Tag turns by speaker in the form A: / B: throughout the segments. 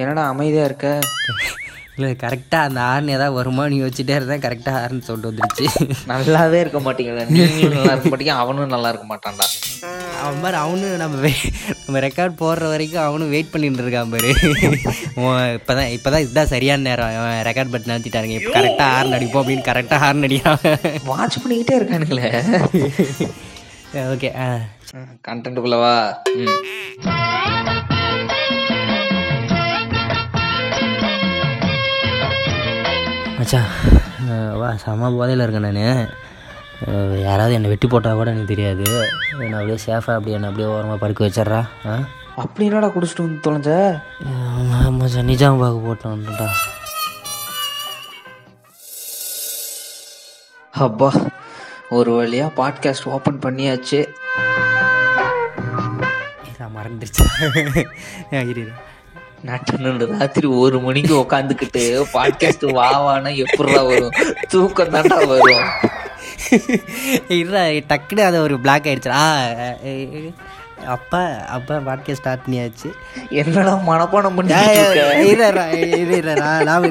A: என்னடா அமைதியாக இருக்க
B: இல்லை கரெக்டாக அந்த ஹார்ன் ஏதாவது வருமானு யோசிச்சுட்டே இருந்தேன் கரெக்டாக ஹார்ன் சொல்லிட்டு வந்துருச்சு
A: நல்லாவே இருக்க மாட்டீங்களா நீங்களும் நல்லா இருக்க மாட்டீங்க அவனும் நல்லா இருக்க மாட்டான்டா
B: அவன் பாரு அவனும் நம்ம வே- நம்ம ரெக்கார்ட் போடுற வரைக்கும் அவனும் வெயிட் பண்ணிட்டு இருக்கான் பாரு இப்போ தான் இப்போ தான் இதுதான் சரியான நேரம் அவன் ரெக்கார்ட் பட்டன் அழுத்திட்டாருங்க இப்போ கரெக்டாக ஹார்ன் அடிப்போம் அப்படின்னு கரெக்டாக ஹார்ன் அடிக்கிறான்
A: வாட்ச் பண்ணிக்கிட்டே இருக்கானுங்களே
B: ஓகே
A: கண்டென்ட்டுக்குள்ளவா ம்
B: மச்சான் அஹ் வா செம போதையில் இருக்கேன் நான் யாராவது என்னை வெட்டி போட்டால் கூட எனக்கு தெரியாது நான் அப்படியே சேஃபாக அப்படியே என்னை அப்படியே ஓரமாக படுக்க வச்சிட்றா ஆ
A: அப்படி என்னடா குடிச்சிட்டு வந்து தொலைஞ்ச
B: ஆமா, மச்சான் நிஜாம் பார்க்க போட்டோம்டா
A: அப்பா ஒரு வழியாக பாட்காஸ்ட் ஓப்பன் பண்ணியாச்சு
B: நான் மறந்துடுச்சா இரு
A: நட்டனு ராத்திரி ஒரு மணிக்கு உக்காந்துக்கிட்டு பாட்காஸ்ட் வாவானா எப்படிடா வரும் தூக்கம் தாண்டா வரும்
B: இல்லை டக்குன்னு அது ஒரு பிளாக் ஆயிடுச்சுடா அப்பா அப்பா பாட்காஸ்ட் ஸ்டார்ட் பண்ணியாச்சு
A: என்னடா மனப்பாடம் பண்ணிட்டு இருக்க?
B: இதுரா இதுரா நான்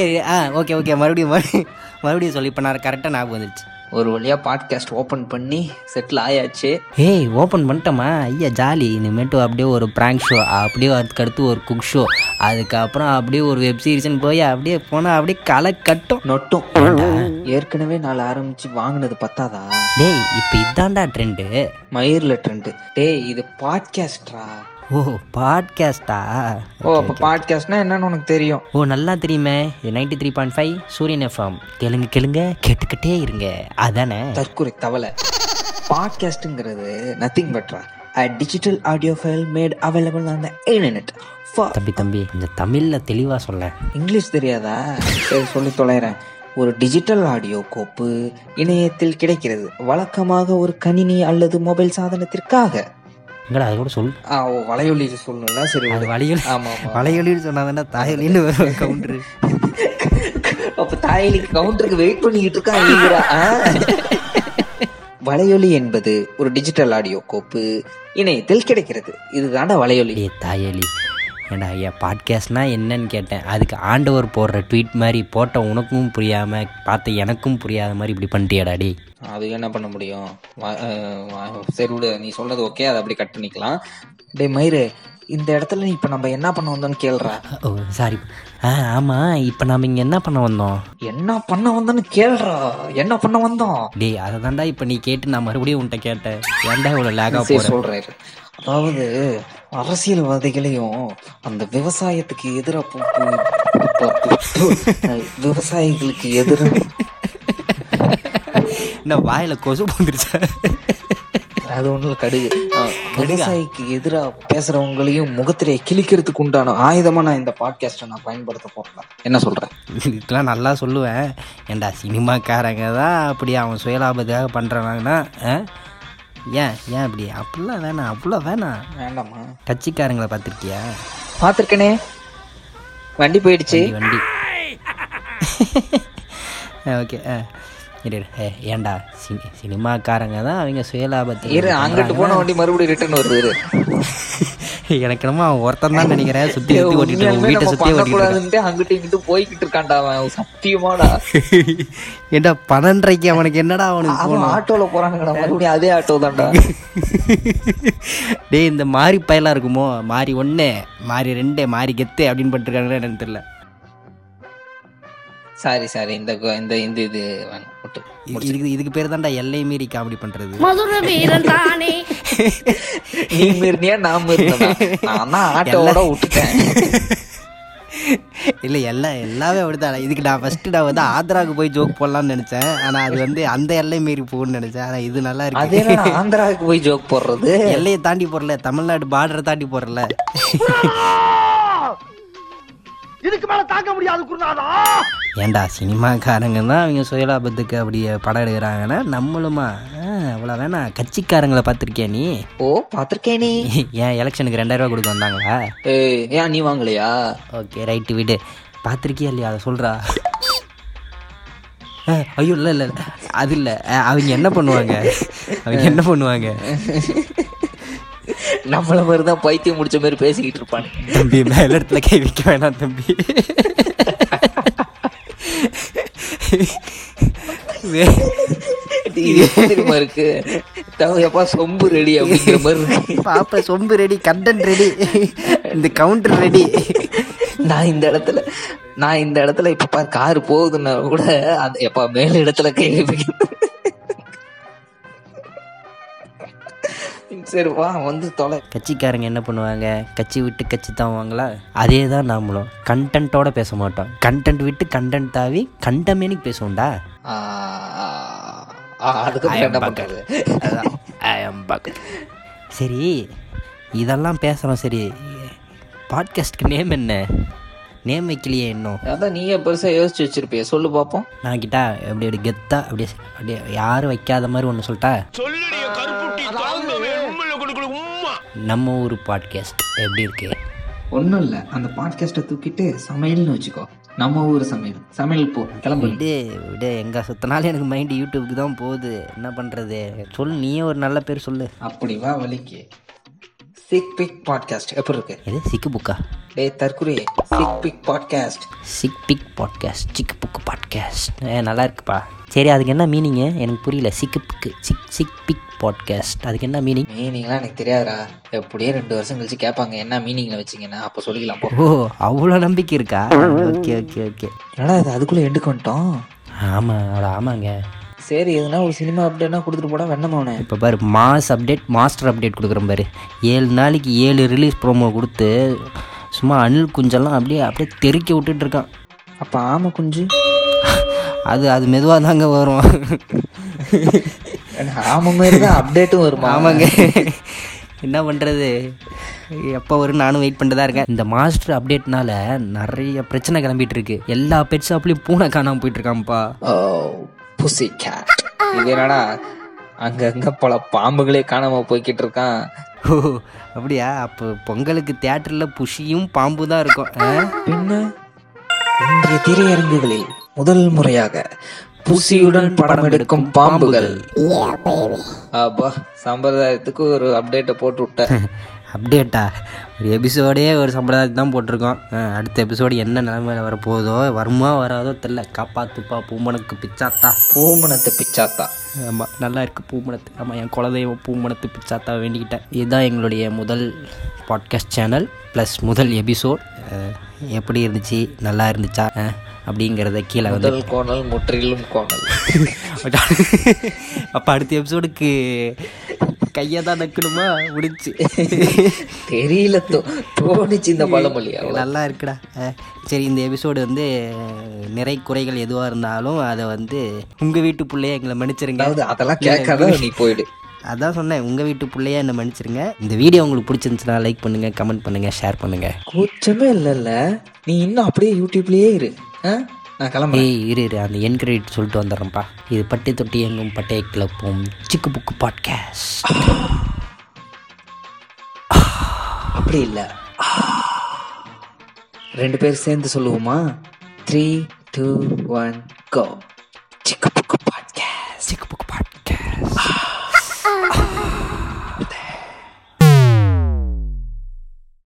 B: ஏய் ஆ ஓகே ஓகே மறுபடியும் மறு- மறுபடியும் சொல்லி இப்போ நான் கரெக்டாக ஞாபகம் வந்துடுச்சு
A: ஒரு வழியா பாட்காஸ்ட் ஓபன் பண்ணி செட்டில் ஆயாச்சு
B: ஏய் ஓப்பன் பண்ணிட்டோமா ஐயா ஜாலி இனிமேட்டு அப்படியே ஒரு ப்ராங்க் ஷோ அப்படியே அதுக்கடுத்து ஒரு குக் ஷோ அதுக்கப்புறம் அப்படியே ஒரு வெப் சீரிஸ்னு போய் அப்படியே போனால் அப்படியே களை கட்டும்
A: நொட்டும் ஏற்கனவே நாள் ஆரம்பிச்சு வாங்கினது பத்தாதா
B: டேய் இப்போ இதாண்டா ட்ரெண்டு
A: மயிர்ல ட்ரெண்ட் டேய் இது பாட்காஸ்ட்ரா
B: ஓ பாட்காஸ்டா
A: ஓ அப்ப பாட்காஸ்ட்னா என்னன்னு உனக்கு தெரியும்
B: ஓ நல்லா தெரியுமே இது ninety three point five Suryan FM கேளுங்க கேளுங்க கேட்டுக்கிட்டே இருங்க அதானே
A: தற்கொலை தவளை பாட்காஸ்ட்டுங்கிறது nothing பட்ரா a digital audio file made available on the internet for
B: தம்பி தம்பி இந்த தமிழில் தெளிவாக சொல்ல
A: இங்கிலீஷ் தெரியாதா சரி சொல்லி தொலைகிறேன் ஒரு டிஜிட்டல் ஆடியோ கோப்பு இணையத்தில் கிடைக்கிறது வழக்கமாக ஒரு கணினி அல்லது மொபைல் சாதனத்திற்காக
B: எங்கடா அது கூட சொல்
A: ஆ, ஓ, வலையொலி சொல்லணும்ல சரி
B: அது
A: விடு.
B: வளையல்
A: ஆமா ஆமா
B: வளையொலின்னு சொன்னாங்கன்னா தாயொலின்னு வரும் கவுண்டரு
A: அப்ப தாயலிக்கு கவுண்டருக்கு வெயிட் பண்ணிக்கிட்டு இருக்கா நீங்களா? ஆ? வலையொலி என்பது ஒரு டிஜிட்டல் ஆடியோ கோப்பு இணையத்தில் கிடைக்கிறது இதுதான்டா வலையொலி
B: ஏ தாயலி ஏண்டா ஐயா பாட்காஸ்ட்னா என்னன்னு கேட்டேன் அதுக்கு ஆண்டவர் போடுற ட்வீட் மாதிரி போட்ட உனக்கும் புரியாமல் பார்த்த எனக்கும் புரியாத மாதிரி இப்படி பண்ணிட்டியாடா டேய்
A: அது என்ன பண்ண முடியும் வா- அஹ் வா- சரி விடு நீ சொல்றது ஓகே அதை அப்படி கட் பண்ணிக்கலாம் டேய் மயிரு இந்த இடத்துல நீ இப்ப நம்ம என்ன பண்ண வந்தோம்னு கேளுடா
B: ஓ சாரி ஆ ஆமாம் இப்போ நாம் இங்கே என்ன பண்ண வந்தோம்
A: என்ன பண்ண வந்தோம்னு கேளுடா என்ன பண்ண வந்தோம்
B: டேய் அதை தாண்டா இப்போ நீ கேட்டு நான் மறுபடியும் உன்கிட்ட கேட்டேன் ஏன்டா இவ்வளோ லேகாக
A: சரி
B: போகிறேன்
A: சொல்றேன் இரு. அதாவது அரசியல்வாதிகளையும் அந்த விவசாயத்துக்கு எதிராக விவசாயிகளுக்கு எதிராக
B: என்ன வாயில் கொசு வந்துருச்சா
A: அது ஒண்ணுல கடுகு அஹ், விவசாயிக்கு எதிரா பேசுறவங்களையும் முகத்திலே கிழிக்கிறதுக்கு உண்டான ஆயுதமா நான் இந்த பாட்காஸ்ட்டை நான் பயன்படுத்த போறேன் என்ன சொல்றேன்
B: இதுக்கெல்லாம் நல்லா சொல்லுவேன் ஏன்டா சினிமாக்காரங்க தான் அப்படி அவன் சுயலாபத்துக்காக பண்ணுறாங்கன்னா ஏன் ஏன் அப்படி அப்படிலாம் வேணாம் அவ்வளோ வேணாம்
A: வேண்டாமா
B: டச்சுக்காரங்களை பார்த்துருக்கியா
A: பார்த்துருக்கனே வண்டி போயிடுச்சு
B: வண்டி வண்டி ஓகே இரு இரு. ஏ, ஏன்டா சினி சினிமாக்காரங்க தான் அவங்க சுயலாபத்துக்கு
A: இரு அங்கிட்டு போன வண்டி மறுபடியும் ரிட்டர்ன் வருது இரு.
B: எனக்கு என்னமோ அவன் ஒருத்தன் தான் நினைக்கிறேன் சுற்றி சுற்றி ஓட்டிட்டு
A: உண்மையாலுமே
B: இருக்கான். வீட்டை
A: நம்ம
B: சுற்றி ஓட்டிட்டு இருக்கான்.
A: பண்ணக்கூடாதுன்ட்டு அங்கிட்டு இங்கிட்டு போய்கிட்டு இருக்கான்டா அவன் சத்தியமாடா
B: ஏன்டா பன்னெண்டரைக்கு அவனுக்கு என்னடா அவனுக்கு
A: அவன் ஆட்டோல போறானுங்கடா மறுபடியும் அதே ஆட்டோ தான்டா
B: டேய் இந்த மாறி பயலாக இருக்குமோ மாறி ஒன்று மாறி ரெண்டு மாறி கெத்து அப்படின்னு பண்ணிருக்காங்களா என்னன்னு தெரியல
A: சாரி சாரி இந்த கு- இந்த இந்த இது வேணாம் விட்டு.
B: இது- இதுக்கு இதுக்கு பேர் தான்டா எல்லை மீறி காமெடி பண்ணுறது
C: மதுர வீரன் தானே
A: நீ மீறினியா நான் மீறினா நான் தான் ஆட்டோவோட விட்டுட்டேன்
B: இல்லை எல்லாம் எல்லாமே அப்படிதான் இதுக்கு நான் ஃபஸ்ட்டு நான் வந்து ஆந்திராவுக்கு போய் ஜோக் போடலாம்னு நினச்சேன் ஆனால் அது வந்து அந்த எல்லை மீறி போகணும்னு நினச்சேன் ஆனால் இது நல்லா
A: அது
B: இருக்கு
A: என்ன ஆந்திராவுக்கு போய் ஜோக் போடுறது
B: எல்லையை தாண்டி போடல தமிழ்நாடு பார்டரை தாண்டி போடல ஏன்டா சினிமாக்காரங்க தான் அவங்க சுயலாபத்துக்கு அப்படி படம் எடுக்கிறாங்கன்னா நம்மளுமா அவ்வளோ வேணாம் கட்சிக்காரங்களை பார்த்துருக்கியா நீ
A: ஓ பாத்திருக்கேன் நீ
B: ஏன் எலெக்ஷனுக்கு ரெண்டாயிரம் ரூபா கொடுக்க வந்தாங்களா
A: ஏய், ஏன் நீ வாங்கலையா
B: ஓகே ரைட்டு விடு பார்த்துருக்கியா இல்லையா அதை சொல்கிறா ஐயோ இல்லை இல்லை அது இல்லை அவங்க என்ன பண்ணுவாங்க அவங்க என்ன பண்ணுவாங்க
A: நம்மள மாதிரி தான் பைத்தியம் முடிச்ச மாதிரி பேசிக்கிட்டு இருப்பானு
B: தம்பி மேல இடத்துல கை வைக்க வேணாம் தம்பி வே-
A: இது எப்படி தெரியுமா இருக்கு தவையப்பா சொம்பு ரெடி அப்படிங்கிற மாதிரி இருக்கு.
B: பாப்பா சொம்பு ரெடி கண்டன் ரெடி இந்த கவுண்டர் ரெடி
A: நான் இந்த இடத்துல நான் இந்த இடத்துல இப்ப பாரு கார் போகுதுன்னா கூட அந்த எப்பா மேல இடத்துல கை வைக்க- சரி வா வந்து தொலை
B: கட்சிக்காரங்க என்ன பண்ணுவாங்க கட்சி விட்டு கட்சி தாவாங்களா அதே தான் நாமளும் கண்டென்ட்டோட பேச மாட்டோம் கண்டென்ட் விட்டு கண்டென்ட் தாவி கண்டமேனிக்கு பேசுவோம்டா
A: ஆ, ஆ, அதுக்கப்புறம் என்ன பண்றது
B: சரி இதெல்லாம் பேசுகிறோம் சரி பாட்காஸ்ட்க்கு நேம் என்ன நேம் வைக்கலையே இன்னும்
A: அதான் நீயே பெருசா யோசிச்சு வச்சிருப்பிய சொல்லு பாப்போம்
B: நான் கிட்டா எப்படி அப்படி கெத்தா அப்படியே அப்படியே யாரும் வைக்காத மாதிரி ஒன்று சொல்லிட்டா
C: சொல்லுடைய கருப்புட்டி தாங்கவே உண்மையில கொடுக்கல உம்மா
B: நம்ம ஊர் பாட்காஸ்ட் எப்படி இருக்கு
A: ஒன்றும் இல்லை அந்த பாட்காஸ்ட்டை தூக்கிட்டு சமையல்னு வச்சுக்கோ நம்ம ஊர் சமையல் சமையல் போ கிளம்பு
B: விடு விடு எங்கே சுத்தினாலும் எனக்கு மைண்டு யூடியூப்க்கு தான் போகுது என்ன பண்ணுறது சொல்லு நீயே ஒரு நல்ல பேர் சொல்லு
A: அப்படி வா வலிக்கு சிக் பிக் பாட்காஸ்ட் எப்படி இருக்கு
B: எது சிக்கு புக்கா
A: டேய் தற்குறி சிக் பிக் பாட்காஸ்ட்
B: சிக் பிக் பாட்காஸ்ட் சிக்கு புக்கு பாட்காஸ்ட் ஏ நல்லா இருக்குப்பா சரி அதுக்கு என்ன மீனிங்கு எனக்கு புரியல சிக்கு புக்கு சிக் சிக் பிக் பாட்காஸ்ட் அதுக்கு என்ன மீனிங்
A: மீனிங்லாம் எனக்கு தெரியாதுடா எப்படியே ரெண்டு வருஷம் கழிச்சு கேட்பாங்க என்ன மீனிங்ல வச்சீங்கன்னா அப்போ சொல்லிக்கலாம் போ
B: ஓ அவ்வளோ நம்பிக்கை இருக்கா ஓகே ஓகே ஓகே
A: என்னடா இது அதுக்குள்ளே எடுக்க வந்துட்டோம்
B: ஆமாம் அவ்வளோ ஆமாங்க
A: சரி எதுனா ஒரு சினிமா அப்டேட்னா கொடுத்துட்டு போடா வெண்ணமாவனே
B: இப்போ பாரு மாஸ் அப்டேட் மாஸ்டர் அப்டேட் கொடுக்குறேன் பாரு ஏழு நாளைக்கு ஏழு ரிலீஸ் ப்ரோமோ கொடுத்து சும்மா அணில் குஞ்செல்லாம் அப்படியே அப்படியே தெறிக்க விட்டுட்டு இருக்கான்
A: அப்போ ஆமை குஞ்சு
B: அது அது மெதுவாக தாங்க வரும்
A: ஆமை மாதிரி தான் அப்டேட்டும் வருமா
B: ஆமாங்க என்ன பண்ணுறது எப்போ வரும் நானும் வெயிட் பண்ணிட்டு தான் இருக்கேன் இந்த மாஸ்டர் அப்டேட்னால நிறைய பிரச்சனை கிளம்பிட்டு இருக்கு எல்லா பெட் ஷாப்லேயும் பூனை காணாமல் போயிட்டு இருக்காம்ப்பா
A: புசி கேட் இது என்னடா அங்கங்க பல பாம்புகளே காணாம போய்கிட்டு இருக்கான்
B: ஓ அப்படியா அப்போ பொங்கலுக்கு தேட்டரில் புஷியும் பாம்பு தான் இருக்கும் ஆ?
A: பின்ன இன்றைய திரையரங்குகளில் முதல் முறையாக புசியுடன் படம் எடுக்கும் பாம்புகள் அப்பா சம்பிரதாயத்துக்கு ஒரு அப்டேட்டை போட்டு விட்டேன்
B: அப்டேட்டா ஒரு எபிசோடே ஒரு சம்பிரதாயத்துக்கு தான் போட்டிருக்கோம் ஆ, அடுத்த எபிசோடு என்ன நிலைமையில வரப்போகுதோ வருமா வராதோ தெரில காப்பாத்துப்பா பூமனுக்கு பிச்சாத்தா
A: பூமணத்தை பிச்சாத்தா
B: ஆமாம் நல்லா இருக்கு பூமணத்து ஆமாம் என் குலதெய்வம் பூமணத்து பிச்சாத்தா வேண்டிக்கிட்டேன் இதுதான் எங்களுடைய முதல் பாட்காஸ்ட் சேனல் ப்ளஸ் முதல் எபிசோட் எப்படி இருந்துச்சு நல்லா இருந்துச்சா அஹ், அப்படிங்கிறத கீழே வந்து
A: முதல் கோணல் முற்றிலும் கோணல்
B: அப்போ அடுத்த எபிசோடுக்கு கையை தான் நக்கணுமா முடிச்சு
A: தெரியல தோ- தோணுச்சு இந்த பழமொழி அவ்வளவு
B: நல்லா இருக்குடா அஹ், சரி இந்த எபிசோடு வந்து நிறை குறைகள் எதுவாக இருந்தாலும் அதை வந்து உங்கள் வீட்டு பிள்ளைய எங்களை மன்னிச்சிருங்க
A: அதாவது அதெல்லாம் கேட்காத நீ போயிடு
B: அதான் சொன்னேன் உங்கள் வீட்டு பிள்ளையா என்ன மன்னிச்சிருங்க இந்த வீடியோ உங்களுக்கு பிடிச்சிருந்துச்சுன்னா லைக் பண்ணுங்கள் கமெண்ட் பண்ணுங்கள் ஷேர் பண்ணுங்கள்
A: கூச்சமே இல்லைல்ல நீ இன்னும் அப்படியே யூடியூப்லயே இரு ஆ? நான் கிளம்புறேன்
B: ஏய் இரு இரு அந்த என் கிரெடிட் சொல்லிட்டு வந்துடுறேன்ப்பா இது பட்டி தொட்டி எங்கும் பட்டையை கிளப்பும் சிக்கு புக்கு பாட்காஸ்ட்
A: அப்படி இல்லை ரெண்டு பேர் சேர்ந்து சொல்லுவோமா த்ரீ டூ ஒன் கோ